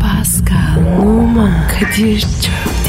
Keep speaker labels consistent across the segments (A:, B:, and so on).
A: Pascal, Oman, Kadir çok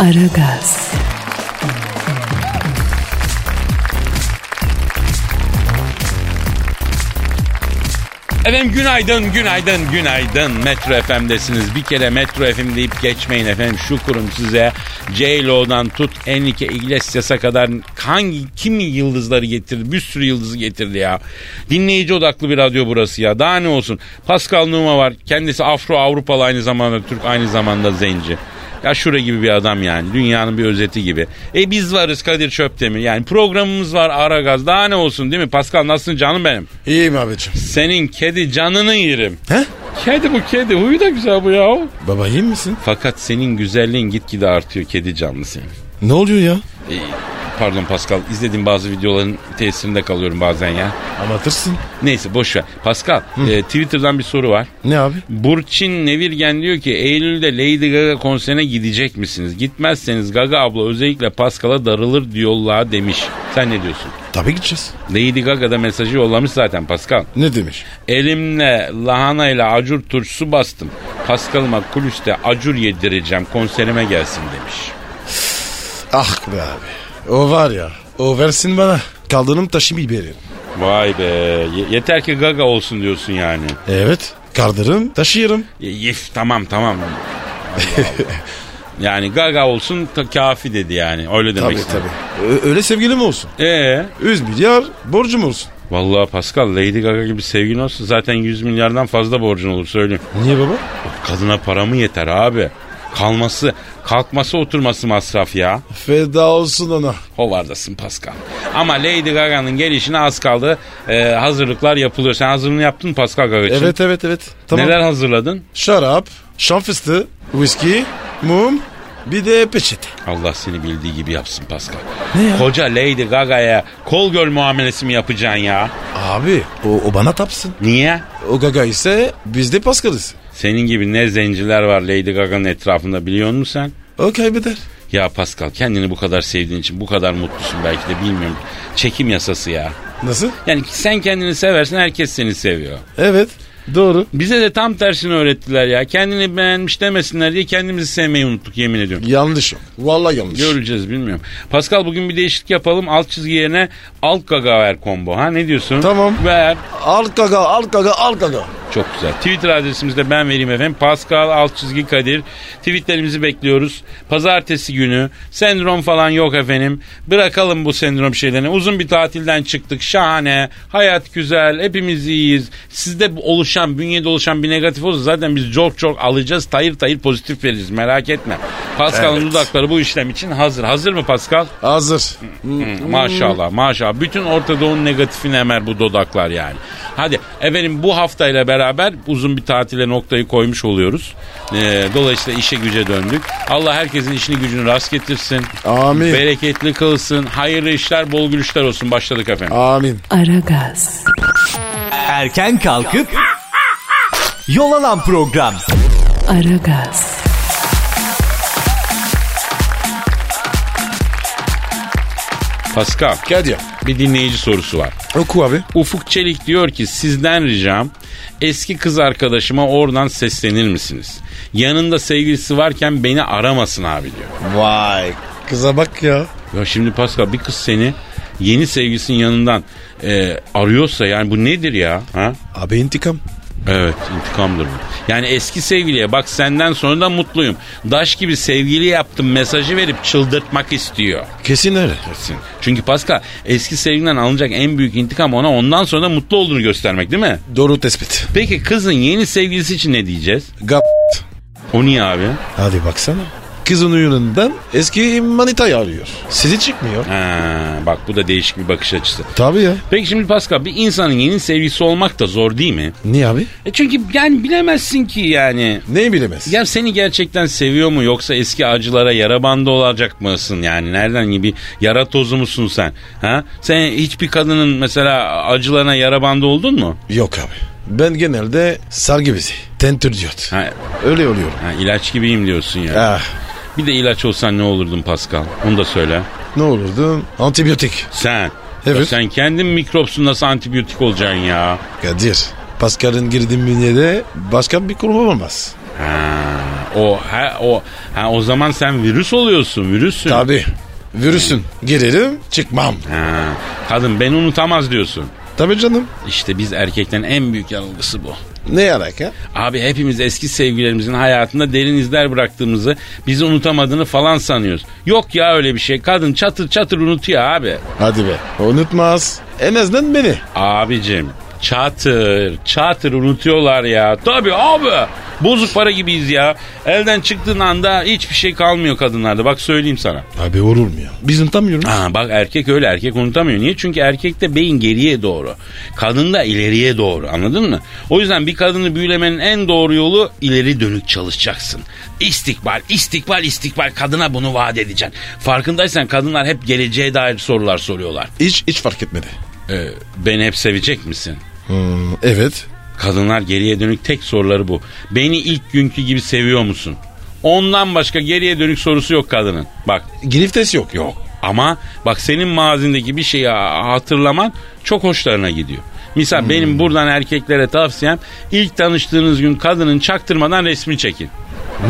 A: Aragaz,
B: Efendim günaydın, günaydın, günaydın. Metro FM'desiniz. Bir kere Metro FM deyip geçmeyin efendim. Şükürüm size. J-Lo'dan tut Enrique Iglesias'a kadar hangi kimi yıldızları getirdi? Bir sürü yıldızı getirdi ya. Dinleyici odaklı bir radyo burası ya. Daha ne olsun. Pascal Numa var. Kendisi Afro Avrupalı aynı zamanda Türk aynı zamanda Zenci. Ya şura gibi bir adam yani. Dünyanın bir özeti gibi. E biz varız Kadir Çöptemir. Yani programımız var Aragaz. Daha ne olsun değil mi? Pascal nasılsın canım benim?
C: İyiyim abicim.
B: Senin kedi canını yerim.
C: He?
B: Kedi bu kedi. Huyu da güzel bu ya.
C: Baba iyi misin?
B: Fakat senin güzelliğin gitgide artıyor kedi canlı senin.
C: Ne oluyor ya?
B: Ee, pardon Pascal izlediğim bazı videoların tesirinde kalıyorum bazen ya.
C: Anlatırsın.
B: Neyse boş ver. Pascal e, Twitter'dan bir soru var.
C: Ne abi?
B: Burçin Nevirgen diyor ki Eylül'de Lady Gaga konserine gidecek misiniz? Gitmezseniz Gaga abla özellikle Pascal'a darılır diyorlar demiş. Sen ne diyorsun?
C: Tabii gideceğiz.
B: Lady Gaga da mesajı yollamış zaten Pascal.
C: Ne demiş?
B: Elimle lahanayla acur turşusu bastım. Paskal'ıma kulüste acur yedireceğim konserime gelsin demiş.
C: Ah be abi. O var ya. O versin bana. Kaldırım taşı biberin.
B: Vay be ye- yeter ki gaga olsun diyorsun yani.
C: Evet. Kaldırım taşıyırım.
B: Y- Yif tamam tamam. Allah Allah. yani gaga olsun ta- kafi dedi yani öyle demek
C: Tabii
B: istedim.
C: tabii. Ö- öyle sevgilim olsun.
B: Ee,
C: 100 milyar borcum olsun.
B: vallahi Pascal Lady Gaga gibi sevgin olsun zaten 100 milyardan fazla borcun olur söyleyeyim.
C: Niye baba?
B: Kadına para mı yeter abi? Kalması, kalkması, oturması masraf ya.
C: Feda olsun ona.
B: Hovardasın Pascal. Ama Lady Gaga'nın gelişine az kaldı. Ee, hazırlıklar yapılıyor. Sen hazırlığını yaptın mı Pascal Gaga için?
C: Evet evet evet. Tamam.
B: Neler hazırladın?
C: Şarap, şan fıstığı, viski, mum, bir de peçete.
B: Allah seni bildiği gibi yapsın Pascal.
C: Ne ya?
B: Koca Lady Gaga'ya kol göl muamelesi mi yapacaksın ya?
C: Abi o, o bana tapsın.
B: Niye?
C: O gaga ise biz de paskalız.
B: Senin gibi ne zenciler var Lady Gaga'nın etrafında biliyor musun sen?
C: O kaybeder.
B: Ya Pascal kendini bu kadar sevdiğin için bu kadar mutlusun belki de bilmiyorum. Çekim yasası ya.
C: Nasıl?
B: Yani sen kendini seversen herkes seni seviyor.
C: Evet doğru.
B: Bize de tam tersini öğrettiler ya. Kendini beğenmiş demesinler diye kendimizi sevmeyi unuttuk yemin ediyorum.
C: Yanlış. Vallahi yanlış.
B: Göreceğiz bilmiyorum. Pascal bugün bir değişiklik yapalım. Alt çizgi yerine alt gaga ver combo. Ha ne diyorsun?
C: Tamam.
B: Ver.
C: Al gaga al gaga al gaga.
B: Çok güzel. Twitter adresimizde ben vereyim efendim. Pascal alt çizgi Kadir. Tweetlerimizi bekliyoruz. Pazartesi günü. Sendrom falan yok efendim. Bırakalım bu sendrom şeylerini. Uzun bir tatilden çıktık. Şahane. Hayat güzel. Hepimiz iyiyiz. Sizde bu oluşan, bünyede oluşan bir negatif olsa zaten biz çok çok alacağız. Tayır tayır pozitif veririz. Merak etme. Pascal'ın
C: Evet.
B: dudakları bu işlem için hazır. Hazır mı Pascal?
C: Hazır.
B: Hı, Maşallah maşallah. Bütün Orta Doğu'nun negatifini emer bu dodaklar yani. Hadi efendim bu haftayla beraber uzun bir tatile noktayı koymuş oluyoruz. Ee, dolayısıyla işe güce döndük. Allah herkesin işini gücünü rast getirsin.
C: Amin.
B: Bereketli kılsın. Hayırlı işler, bol gülüşler olsun. Başladık efendim.
C: Amin.
A: Aragaz,
D: Erken kalkıp yol alan program.
A: Aragaz,
B: Pascal,
C: Kadir.
B: bir dinleyici sorusu var.
C: Oku abi.
B: Ufuk Çelik diyor ki sizden ricam eski kız arkadaşıma oradan seslenir misiniz? Yanında sevgilisi varken beni aramasın abi diyor.
C: Vay. Kıza bak ya.
B: Ya şimdi Pascal bir kız seni yeni sevgilisinin yanından e, arıyorsa yani bu nedir ya? Ha?
C: Abi intikam.
B: Evet intikamdır bu. Yani eski sevgiliye bak senden sonra da mutluyum. Daş gibi sevgili yaptım mesajı verip çıldırtmak istiyor.
C: Kesin öyle.
B: Kesin. Çünkü Pascal eski sevgilinden alınacak en büyük intikam ona ondan sonra da mutlu olduğunu göstermek değil mi?
C: Doğru tespit.
B: Peki kızın yeni sevgilisi için ne diyeceğiz?
C: Gap.
B: O niye abi?
C: Hadi baksana. Kızın uyurundan eski manitayı arıyor. Sizi çıkmıyor.
B: Ha, bak bu da değişik bir bakış açısı.
C: Tabii ya.
B: Peki şimdi Pascal bir insanın yeni sevgisi olmak da zor değil mi?
C: Niye abi?
B: E çünkü yani bilemezsin ki yani.
C: Neyi bilemez?
B: Ya seni gerçekten seviyor mu yoksa eski acılara yara bandı olacak mısın yani nereden gibi yara tozu musun sen? Ha? Sen hiçbir kadının mesela acılarına yara bandı oldun mu?
C: Yok abi. Ben genelde sargı bezi. Tentür diyot.
B: Ha,
C: Öyle oluyorum.
B: ha, ilaç gibiyim diyorsun ya.
C: Ah,
B: Bir de ilaç olsan ne olurdun Pascal? Onu da söyle.
C: ne olurdu? Antibiyotik.
B: Sen.
C: Evet.
B: Ya sen kendin mikropsun nasıl antibiyotik olacaksın ya?
C: Kadir. Pascal'ın girdiğim bünyede başka bir kurum olamaz.
B: Ha, o ha, o ha, o zaman sen virüs oluyorsun virüsün.
C: Tabii. Virüsün. Girerim çıkmam.
B: Ha, kadın beni unutamaz diyorsun.
C: Tabii canım.
B: İşte biz erkeklerin en büyük yanılgısı bu.
C: Ne alaka?
B: Abi hepimiz eski sevgilerimizin hayatında derin izler bıraktığımızı, bizi unutamadığını falan sanıyoruz. Yok ya öyle bir şey. Kadın çatır çatır unutuyor abi.
C: Hadi be. Unutmaz. En azından beni.
B: Abicim çatır çatır unutuyorlar ya. Tabii abi. Bozuk para gibiyiz ya. Elden çıktığın anda hiçbir şey kalmıyor kadınlarda. Bak söyleyeyim sana.
C: Abi olur mu ya? Biz unutamıyoruz.
B: Aa, bak erkek öyle erkek unutamıyor. Niye? Çünkü erkekte beyin geriye doğru. Kadında ileriye doğru anladın mı? O yüzden bir kadını büyülemenin en doğru yolu ileri dönük çalışacaksın. İstikbal, istikbal, istikbal kadına bunu vaat edeceksin. Farkındaysan kadınlar hep geleceğe dair sorular soruyorlar.
C: Hiç, hiç fark etmedi.
B: Ee, beni hep sevecek misin?
C: Hmm, evet.
B: Kadınlar geriye dönük tek soruları bu. Beni ilk günkü gibi seviyor musun? Ondan başka geriye dönük sorusu yok kadının. Bak
C: Giriftes yok.
B: Yok. Ama bak senin mazindeki bir şeyi ha- hatırlaman çok hoşlarına gidiyor. Misal benim buradan erkeklere tavsiyem ilk tanıştığınız gün kadının çaktırmadan resmi çekin.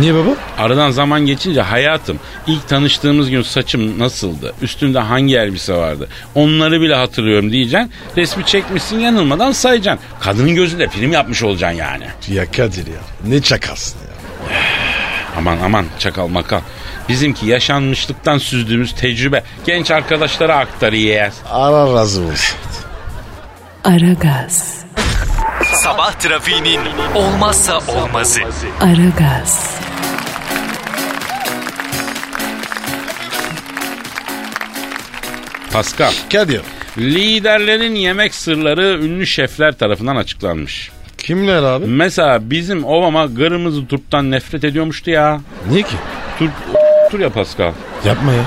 C: Niye baba?
B: Aradan zaman geçince hayatım ilk tanıştığımız gün saçım nasıldı? Üstümde hangi elbise vardı? Onları bile hatırlıyorum diyeceksin. Resmi çekmişsin yanılmadan sayacaksın. Kadının gözünde film yapmış olacaksın yani.
C: Ya Kadir ya. Ne çakalsın ya.
B: Aman aman çakal makal. Bizimki yaşanmışlıktan süzdüğümüz tecrübe genç arkadaşlara aktarıyor.
C: Allah razı olsun.
A: Aragaz,
D: Sabah trafiğinin olmazsa olmazı.
A: Aragaz,
B: Pascal.
C: Kadir.
B: Liderlerin yemek sırları ünlü şefler tarafından açıklanmış.
C: Kimler abi?
B: Mesela bizim Obama kırmızı turptan nefret ediyormuştu ya.
C: Niye ki?
B: Turp tur ya Pascal.
C: Yapma ya.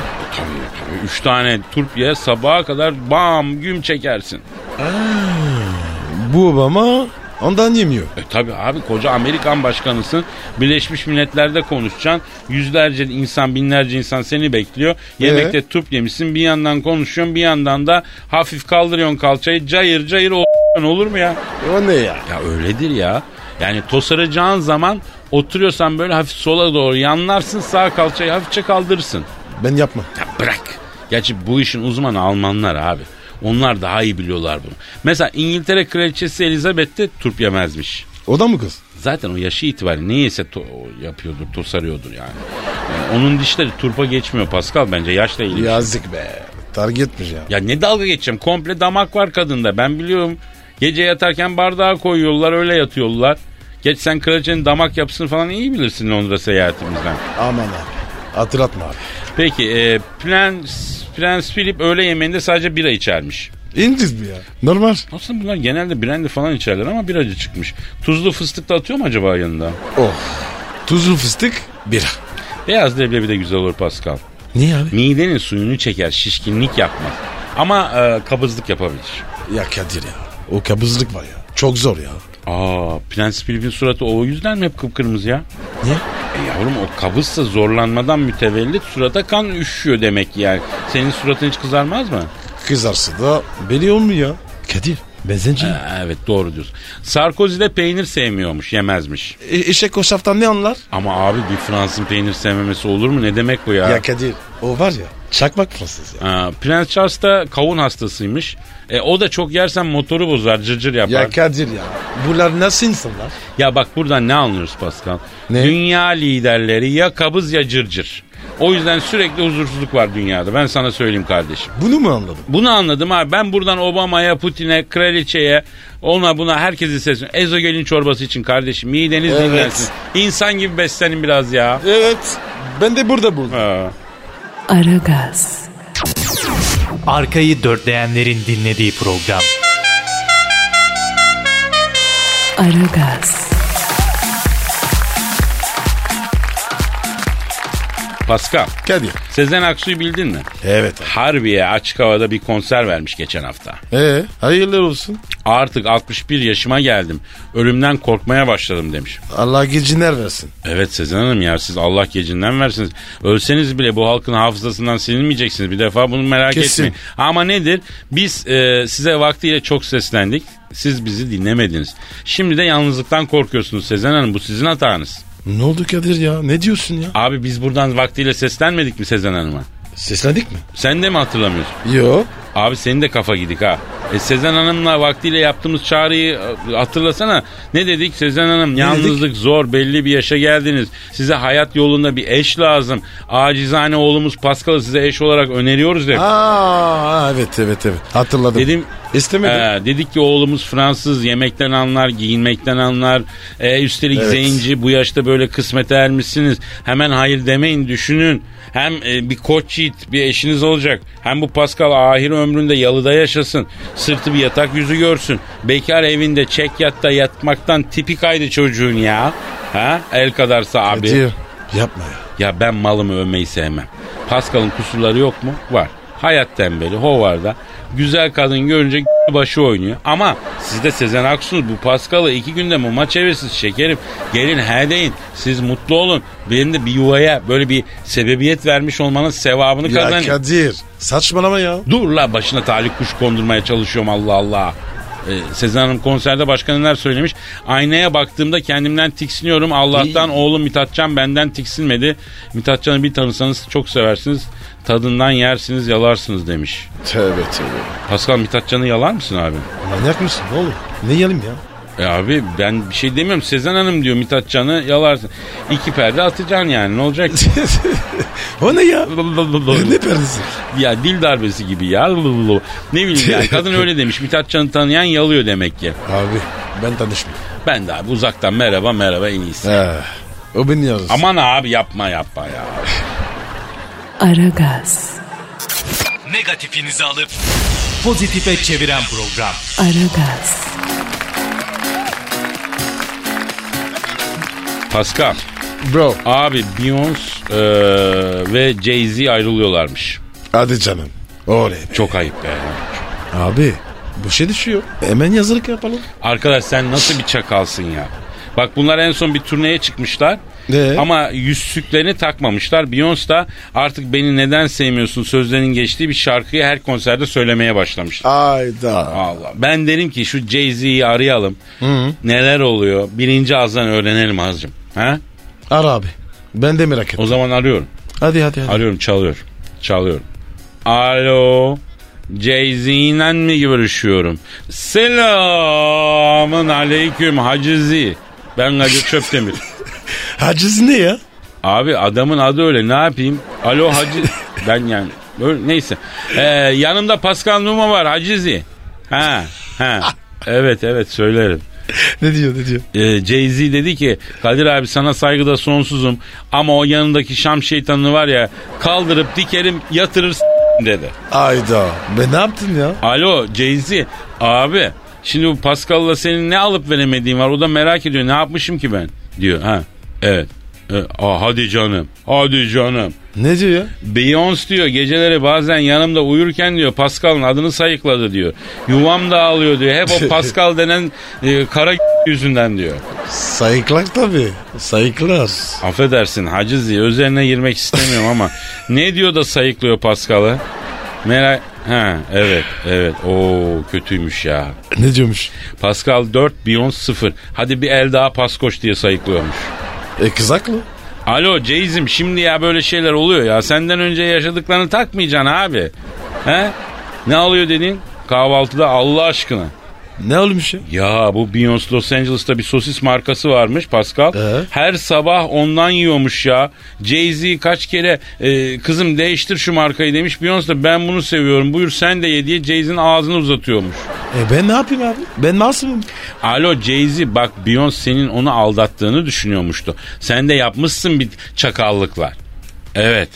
B: Üç tane turp ye sabaha kadar bam güm çekersin.
C: Bu Obama ondan yemiyor.
B: E tabi abi koca Amerikan başkanısın. Birleşmiş Milletler'de konuşacaksın. Yüzlerce insan binlerce insan seni bekliyor. Yemekte turp yemişsin bir yandan konuşuyorsun bir yandan da hafif kaldırıyorsun kalçayı cayır cayır o olur mu ya?
C: O ne ya?
B: Ya öyledir ya. Yani tosaracağın zaman oturuyorsan böyle hafif sola doğru yanlarsın sağ kalçayı hafifçe kaldırırsın.
C: Ben yapma.
B: Ya bırak. Gerçi bu işin uzmanı Almanlar abi. Onlar daha iyi biliyorlar bunu. Mesela İngiltere Kraliçesi Elizabeth de turp yemezmiş.
C: O da mı kız?
B: Zaten o yaşı itibariyle neyse to- o yapıyordur, tosarıyordur yani. Yani Onun dişleri turpa geçmiyor Pascal bence yaşla ilgili. Ya.
C: Yazık be. Targetmiş ya.
B: ya ne dalga geçeceğim komple damak var kadında ben biliyorum. Gece yatarken bardağa koyuyorlar öyle yatıyorlar. Geç sen kraliçenin damak yapısını falan iyi bilirsin Londra seyahatimizden.
C: Aman abi. Hatırlatma abi.
B: Peki e, Prens, Prens Philip öğle yemeğinde sadece bira içermiş.
C: İngiliz mi ya? Normal.
B: Aslında bunlar genelde brandy falan içerler ama biracı çıkmış. Tuzlu fıstık da atıyor mu acaba yanında?
C: Oh. Tuzlu fıstık bira.
B: Beyaz leblebi de güzel olur Pascal.
C: Niye abi?
B: Midenin suyunu çeker, şişkinlik yapmaz. Ama e, kabızlık yapabilir.
C: Ya Kadir ya. O kabızlık var ya. Çok zor ya.
B: Aa, Prens Philip'in suratı o yüzden mi hep kıpkırmızı ya?
C: Niye?
B: E yavrum o kabızsa zorlanmadan mütevellit surata kan üşüyor demek yani. Senin suratın hiç kızarmaz mı?
C: Kızarsa da belli olmuyor ya. Kadir. Ben zenci.
B: Ha, evet doğru diyorsun. Sarkozy de peynir sevmiyormuş, yemezmiş.
C: E, eşek o şaftan ne anlar?
B: Ama abi bir Fransızın peynir sevmemesi olur mu? Ne demek bu ya?
C: Ya Kadir. O var ya. Çakmak Fransız ya.
B: Ha, Prens Charles da kavun hastasıymış. E, o da çok yersen motoru bozar, cırcır yapar.
C: Ya Kadir ya. Bunlar nasıl insanlar?
B: Ya bak buradan ne anlıyoruz Pascal?
C: Ne?
B: Dünya liderleri ya kabız ya cırcır. O yüzden sürekli huzursuzluk var dünyada. Ben sana söyleyeyim kardeşim.
C: Bunu mu anladın?
B: Bunu anladım abi. Ben buradan Obama'ya, Putin'e, kraliçeye, ona buna herkesi sesleniyorum. Ezogelin çorbası için kardeşim. Mideniz
C: Evet.
B: dinlensin. İnsan gibi beslenin biraz ya.
C: Evet. Ben de burada buldum.
B: Ha.
A: Aragaz,
D: Arkayı dörtleyenlerin dinlediği program.
A: Aragaz,
B: Pascal,
C: Kadir.
B: Sezen Aksu'yu bildin mi?
C: Evet.
B: Harbiye açık havada bir konser vermiş geçen hafta.
C: Ee, hayırlı olsun.
B: Artık 61 yaşıma geldim. Ölümden korkmaya başladım demiş.
C: Allah geciner versin.
B: Evet Sezen Hanım ya siz Allah gecinden versiniz. Ölseniz bile bu halkın hafızasından silinmeyeceksiniz. Bir defa bunu merak
C: Kesin.
B: etmeyin. Ama nedir? Biz e, size vaktiyle çok seslendik. Siz bizi dinlemediniz. Şimdi de yalnızlıktan korkuyorsunuz Sezen Hanım. Bu sizin hatanız.
C: Ne oldu Kadir ya? Ne diyorsun ya?
B: Abi biz buradan vaktiyle seslenmedik mi Sezen Hanım'a?
C: Seslendik mi?
B: Sen de mi hatırlamıyorsun?
C: Yok.
B: Abi senin de kafa gidik ha. E Sezen Hanım'la vaktiyle yaptığımız çağrıyı e, hatırlasana. Ne dedik Sezen Hanım? yalnızlık zor belli bir yaşa geldiniz. Size hayat yolunda bir eş lazım. Acizane oğlumuz Paskal'ı size eş olarak öneriyoruz hep.
C: Aa evet evet evet. Hatırladım.
B: Dedim
C: İstemedim.
B: Ee, dedik ki oğlumuz Fransız yemekten anlar, giyinmekten anlar. Ee, üstelik
C: Evet.
B: zenci bu yaşta böyle kısmete ermişsiniz. Hemen hayır demeyin düşünün. Hem e, bir koç yiğit bir eşiniz olacak. Hem bu Pascal ahir ömründe yalıda yaşasın. Sırtı bir yatak yüzü görsün. Bekar evinde çek yatta yatmaktan tipi kaydı çocuğun ya. Ha? El kadarsa abi.
C: Kadir, Yapma ya.
B: Ya ben malımı övmeyi sevmem. Pascal'ın kusurları yok mu? Var. Hayat tembeli, hovarda. Güzel kadın görünce başı oynuyor. Ama siz de Sezen Aksu'nuz. Bu Pascal'ı iki günde muma çevirsiniz şekerim. Gelin he deyin. Siz mutlu olun. Benim de bir yuvaya böyle bir sebebiyet vermiş olmanın sevabını
C: Ya
B: kazanın.
C: Kadir saçmalama ya.
B: Dur la başına talih kuş kondurmaya çalışıyorum Allah Allah. Ee, Sezen Hanım konserde başka neler söylemiş. Aynaya baktığımda kendimden tiksiniyorum. Allah'tan oğlum Mithatcan benden tiksinmedi. Mithatcan'ı bir tanısanız çok seversiniz. Tadından yersiniz yalarsınız demiş.
C: Tövbe tövbe.
B: Pascal Mithatcan'ı yalar mısın abi?
C: Manyak mısın oğlum? Ne yiyelim ya?
B: E abi ben bir şey demiyorum. Sezen Hanım diyor Mithatcan'ı yalarsın. İki perde atacaksın yani ne olacak?
C: o ne ya? ne perdesi?
B: Ya dil darbesi gibi ya. Ne bileyim yani kadın öyle demiş. Mithatcan'ı tanıyan yalıyor demek ki.
C: Abi ben tanışmıyorum.
B: Ben de abi uzaktan merhaba merhaba en iyisi.
C: He. O beni yalnız.
B: Aman abi yapma yapma ya.
A: Aragaz,
D: Negatifinizi alıp pozitife çeviren program.
A: Aragaz,
B: Pascal
C: Bro.
B: abi Beyoncé e, ve Jay-Z ayrılıyorlarmış.
C: Hadi canım. Oley. be.
B: Çok ayıp be.
C: Abi bu şey düşüyor. Hemen yazılık yapalım.
B: Arkadaş sen nasıl bir çakalsın ya. Bak bunlar en son bir turneye çıkmışlar.
C: Ee?
B: Ama yüzsüklerini takmamışlar. Beyoncé da artık beni neden sevmiyorsun sözlerinin geçtiği bir şarkıyı her konserde söylemeye başlamış.
C: Ayda.
B: Allah. Ben derim ki şu Jay-Z'yi arayalım. Neler oluyor? Birinci ağızdan öğrenelim azıcım. Ha?
C: Ara abi. Ben de merak ettim.
B: O zaman arıyorum.
C: Hadi hadi hadi.
B: Arıyorum çalıyor. Çalıyorum. Alo. Jay-Z'yle mi görüşüyorum? Selamın aleyküm Hacı Z. Ben Kadir Çöptemir.
C: Haciz ne ya?
B: Abi adamın adı öyle ne yapayım? Alo Hacı... ben yani böyle, neyse. Ee, yanımda Pascal Numa var Hacı Z. Ha, ha. Evet evet söylerim.
C: Ne diyor ne diyor?
B: Ee, Jay-Z dedi ki Kadir abi sana saygıda sonsuzum ama o yanındaki Şam şeytanını var ya kaldırıp dikerim yatırır s- dedi.
C: Ayda. Ben ne yaptın ya?
B: Alo Jay-Z abi şimdi bu Pascal'la senin ne alıp veremediğin var o da merak ediyor ne yapmışım ki ben diyor. Ha evet. E, aa, hadi canım hadi canım.
C: Ne diyor ya?
B: Beyoncé diyor geceleri bazen yanımda uyurken diyor Pascal'ın adını sayıkladı diyor. Yuvam dağılıyor diyor. Hep o Pascal denen e, kara yüzünden diyor.
C: Sayıklar tabii. Sayıklar.
B: Affedersin Hacı Ziya üzerine girmek istemiyorum ama ne diyor da sayıklıyor Paskal'ı? Merak... Ha evet evet o kötüymüş ya.
C: Ne diyormuş?
B: Pascal 4 Beyoncé 0. Hadi bir el daha Paskoş diye sayıklıyormuş.
C: E kız haklı.
B: Alo Ceyiz'im şimdi ya böyle şeyler oluyor ya. Senden önce yaşadıklarını takmayacaksın abi. He? Ne alıyor dedin? Kahvaltıda Allah aşkına.
C: Ne olmuş ya?
B: Ya bu Beyoncé Los Angeles'ta bir sosis markası varmış Pascal.
C: Ee?
B: Her sabah ondan yiyormuş ya. Jay-Z kaç kere e, kızım değiştir şu markayı demiş. Beyoncé de ben bunu seviyorum buyur sen de ye diye Jay-Z'nin ağzını uzatıyormuş.
C: E ben ne yapayım abi? Ben masumum.
B: Alo Jay-Z bak Beyoncé senin onu aldattığını düşünüyormuştu. Sen de yapmışsın bir çakallıklar. Evet.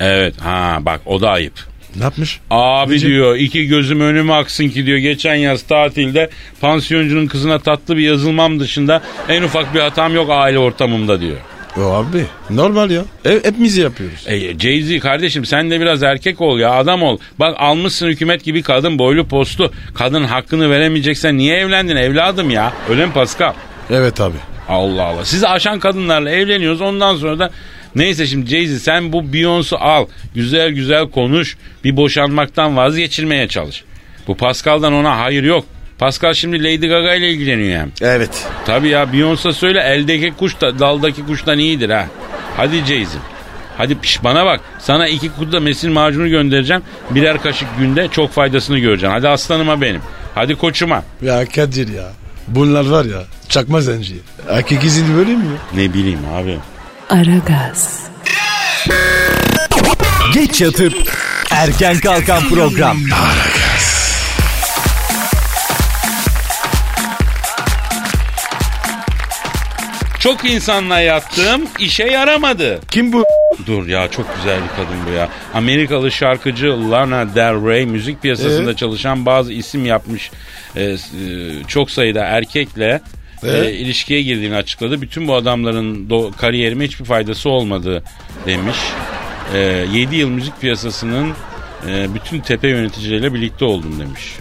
B: Evet. Ha bak o da ayıp.
C: Ne yapmış?
B: Abi
C: Nice-
B: diyor iki gözüm önüme aksın ki diyor geçen yaz tatilde pansiyoncunun kızına tatlı bir yazılmam dışında en ufak bir hatam yok aile ortamımda diyor.
C: O abi normal ya. Hep, hepimiz yapıyoruz.
B: E, Jay-Z kardeşim sen de biraz erkek ol ya adam ol. Bak almışsın hükümet gibi kadın boylu postu. Kadın hakkını veremeyeceksen niye evlendin evladım ya? Öyle mi Pascal?
C: Evet abi.
B: Allah Allah. Sizi aşan kadınlarla evleniyoruz ondan sonra da Neyse şimdi Jay-Z sen bu Beyoncé'u al. Güzel güzel konuş. Bir boşanmaktan vazgeçirmeye çalış. Bu Pascal'dan ona hayır yok. Pascal şimdi Lady Gaga ile ilgileniyor hem.
C: Evet.
B: Tabii ya Beyoncé söyle eldeki kuş da daldaki kuştan iyidir ha. Hadi Jay-Z. Hadi piş bana bak. Sana iki kutu da mesil macunu göndereceğim. Birer kaşık günde çok faydasını göreceksin. Hadi aslanıma benim. Hadi koçuma.
C: Ya Kadir ya. Bunlar var ya çakma zenci. Erkek izini böyle mi? ya?
B: Ne bileyim abi.
A: Aragaz,
D: Geç yatıp erken kalkan program.
B: Çok insanla yattım işe yaramadı.
C: Kim bu?
B: Dur ya çok güzel bir kadın bu ya. Amerikalı şarkıcı Lana Del Rey müzik piyasasında
C: Ee?
B: çalışan bazı isim yapmış e, s- e, çok sayıda erkekle e,
C: Ee?
B: ilişkiye girdiğini açıkladı. Bütün bu adamların do- kariyerime hiçbir faydası olmadı demiş. 7 yıl müzik piyasasının e, bütün tepe yöneticileriyle birlikte oldum demiş.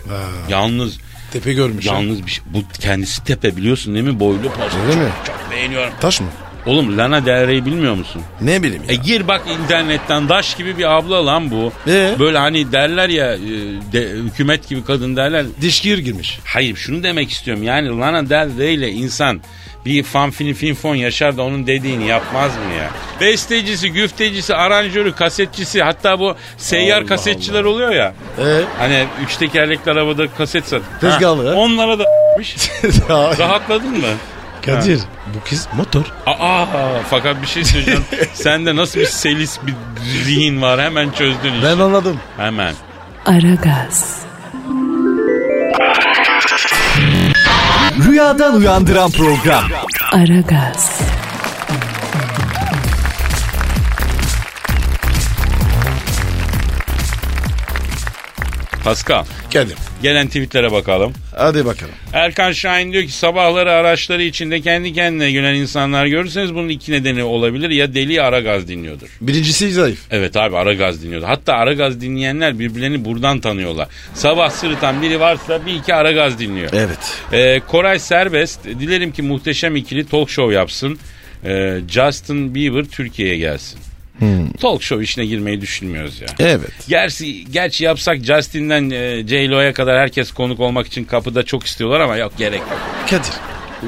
B: Yalnız
C: Tepe görmüş. ha.
B: yalnız bir şey, bu kendisi tepe biliyorsun değil mi? Boylu postu.
C: Öyle mi?
B: Çok, çok beğeniyorum.
C: Taş mı?
B: Oğlum Lana Del Rey'i bilmiyor musun?
C: Ne bileyim
B: E gir bak internetten daş gibi bir abla lan bu.
C: Ee?
B: Böyle hani derler ya e, de- hükümet gibi kadın derler.
C: Dişgir girmiş.
B: Hayır şunu demek istiyorum yani Lana Del Rey ile insan bir fan fini fin fon yaşar da onun dediğini yapmaz mı ya? Bestecisi, güftecisi, aranjörü, kasetçisi hatta bu seyyar
C: Allah
B: kasetçiler oluyor ya.
C: Ee?
B: Hani üç tekerlekli arabada kaset sat.
C: Tezgahlı,
B: Ha,
C: ha?
B: Onlara da
C: Ya,
B: Rahatladın mı?
C: Kadir bu kız motor.
B: Aa fakat bir şey söyleyeceğim. Sende nasıl bir selis bir zihin var hemen çözdün işi.
C: Ben anladım.
B: Hemen.
A: Aragaz,
D: Rüyadan uyandıran program.
A: Aragaz,
B: Pascal
C: Kadir.
B: gelen tweetlere bakalım.
C: Hadi bakalım.
B: Erkan Şahin diyor ki sabahları araçları içinde kendi kendine gülen insanlar görürseniz bunun iki nedeni olabilir. Ya deli ya ara gaz dinliyordur.
C: Birincisi zayıf.
B: Evet abi ara gaz dinliyordu. Hatta ara gaz dinleyenler birbirlerini buradan tanıyorlar. Sabah sırıtan biri varsa bir iki ara gaz dinliyor.
C: Evet.
B: Ee, Koray Serbest dilerim ki muhteşem ikili talk show yapsın. Ee, Justin Bieber Türkiye'ye gelsin. Talk show işine girmeyi düşünmüyoruz ya.
C: Evet.
B: Gerçi, gerçi yapsak Justin'den e, J-Lo'ya kadar herkes konuk olmak için kapıda çok istiyorlar ama yok gerek yok.
C: Kadir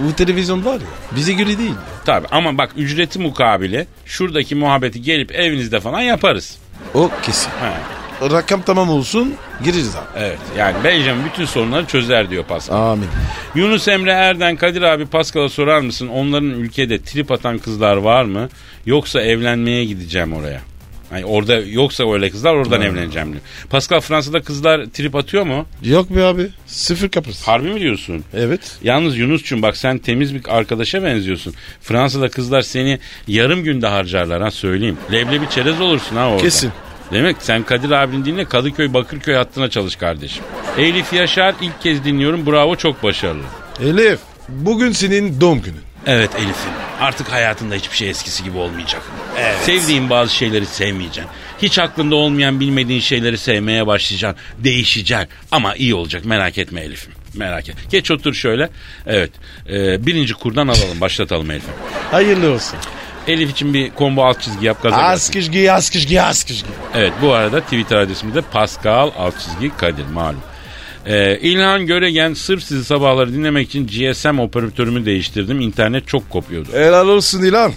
C: bu televizyon var ya bize göre değil.
B: Tabii ama bak ücreti mukabili şuradaki muhabbeti gelip evinizde falan yaparız.
C: O kesin.
B: Ha,
C: Rakam tamam olsun gireriz abi.
B: evet yani Benjamin bütün sorunları çözer diyor Pascal.
C: Amin.
B: Yunus Emre Erden Kadir abi Pascal'a sorar mısın onların ülkede trip atan kızlar var mı yoksa evlenmeye gideceğim oraya. Ay orada yoksa öyle kızlar oradan evleneceğim diyor. Pascal Fransa'da kızlar trip atıyor mu?
C: Yok be abi sıfır kapırsın.
B: Harbi mi diyorsun?
C: Evet.
B: Yalnız Yunus'cum bak sen temiz bir arkadaşa benziyorsun. Fransa'da kızlar seni yarım günde harcarlar ha söyleyeyim. Leblebi çerez olursun ha orada.
C: Kesin.
B: Demek sen Kadir abinin dinle Kadıköy Bakırköy hattına çalış kardeşim. Elif Yaşar ilk kez dinliyorum bravo çok başarılı.
C: Elif bugün senin doğum günün.
B: Evet Elif'im artık hayatında hiçbir şey eskisi gibi olmayacak. Sevdiğin bazı şeyleri sevmeyeceksin. Hiç aklında olmayan bilmediğin şeyleri sevmeye başlayacaksın. Değişeceksin ama iyi olacak merak etme Elif'im. Merak et. Geç otur şöyle. Evet. e, birinci kurdan alalım. Başlatalım Elif'im.
C: Hayırlı olsun.
B: Elif için bir combo alt çizgi yap. Gaza gelsin.
C: Askışgi askışgi askışgi.
B: Evet bu arada Twitter adresimiz de Pascal alt çizgi Kadir malum. Ee, İlhan Göregen sırf sizi sabahları dinlemek için GSM operatörümü değiştirdim. İnternet çok kopuyordu. E,
C: Helal olsun İlan.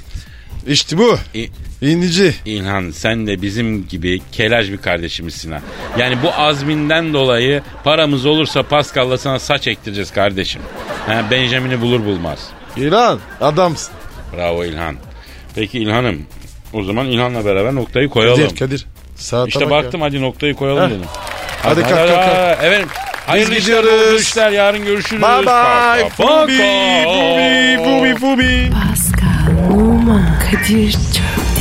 C: İşte bu.
B: İ-
C: İnici.
B: İlhan sen de bizim gibi kelaj bir kardeşimizsin ha. Yani bu azminden dolayı paramız olursa Pascal'la sana saç ektireceğiz kardeşim. Ha, Benjamin'i bulur bulmaz.
C: İlan adamsın.
B: Bravo İlhan. Peki İlhan'ım o zaman İlhan'la beraber noktayı koyalım.
C: Kadir Kadir. Saate bak
B: İşte baktım hadi noktayı koyalım
C: Heh.
B: dedim.
C: Hadi kalk, kalk, kalk.
B: Efendim hayırlı işler,
C: gidiyoruz.
B: bol işler yarın görüşürüz.
C: Ya. Bye bye.
B: Pa, pa, pa, pa.
C: Fubi fubi fubi fubi.
A: Pascal, Oman, Aragaz. Kadir çok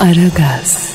A: Aragaz.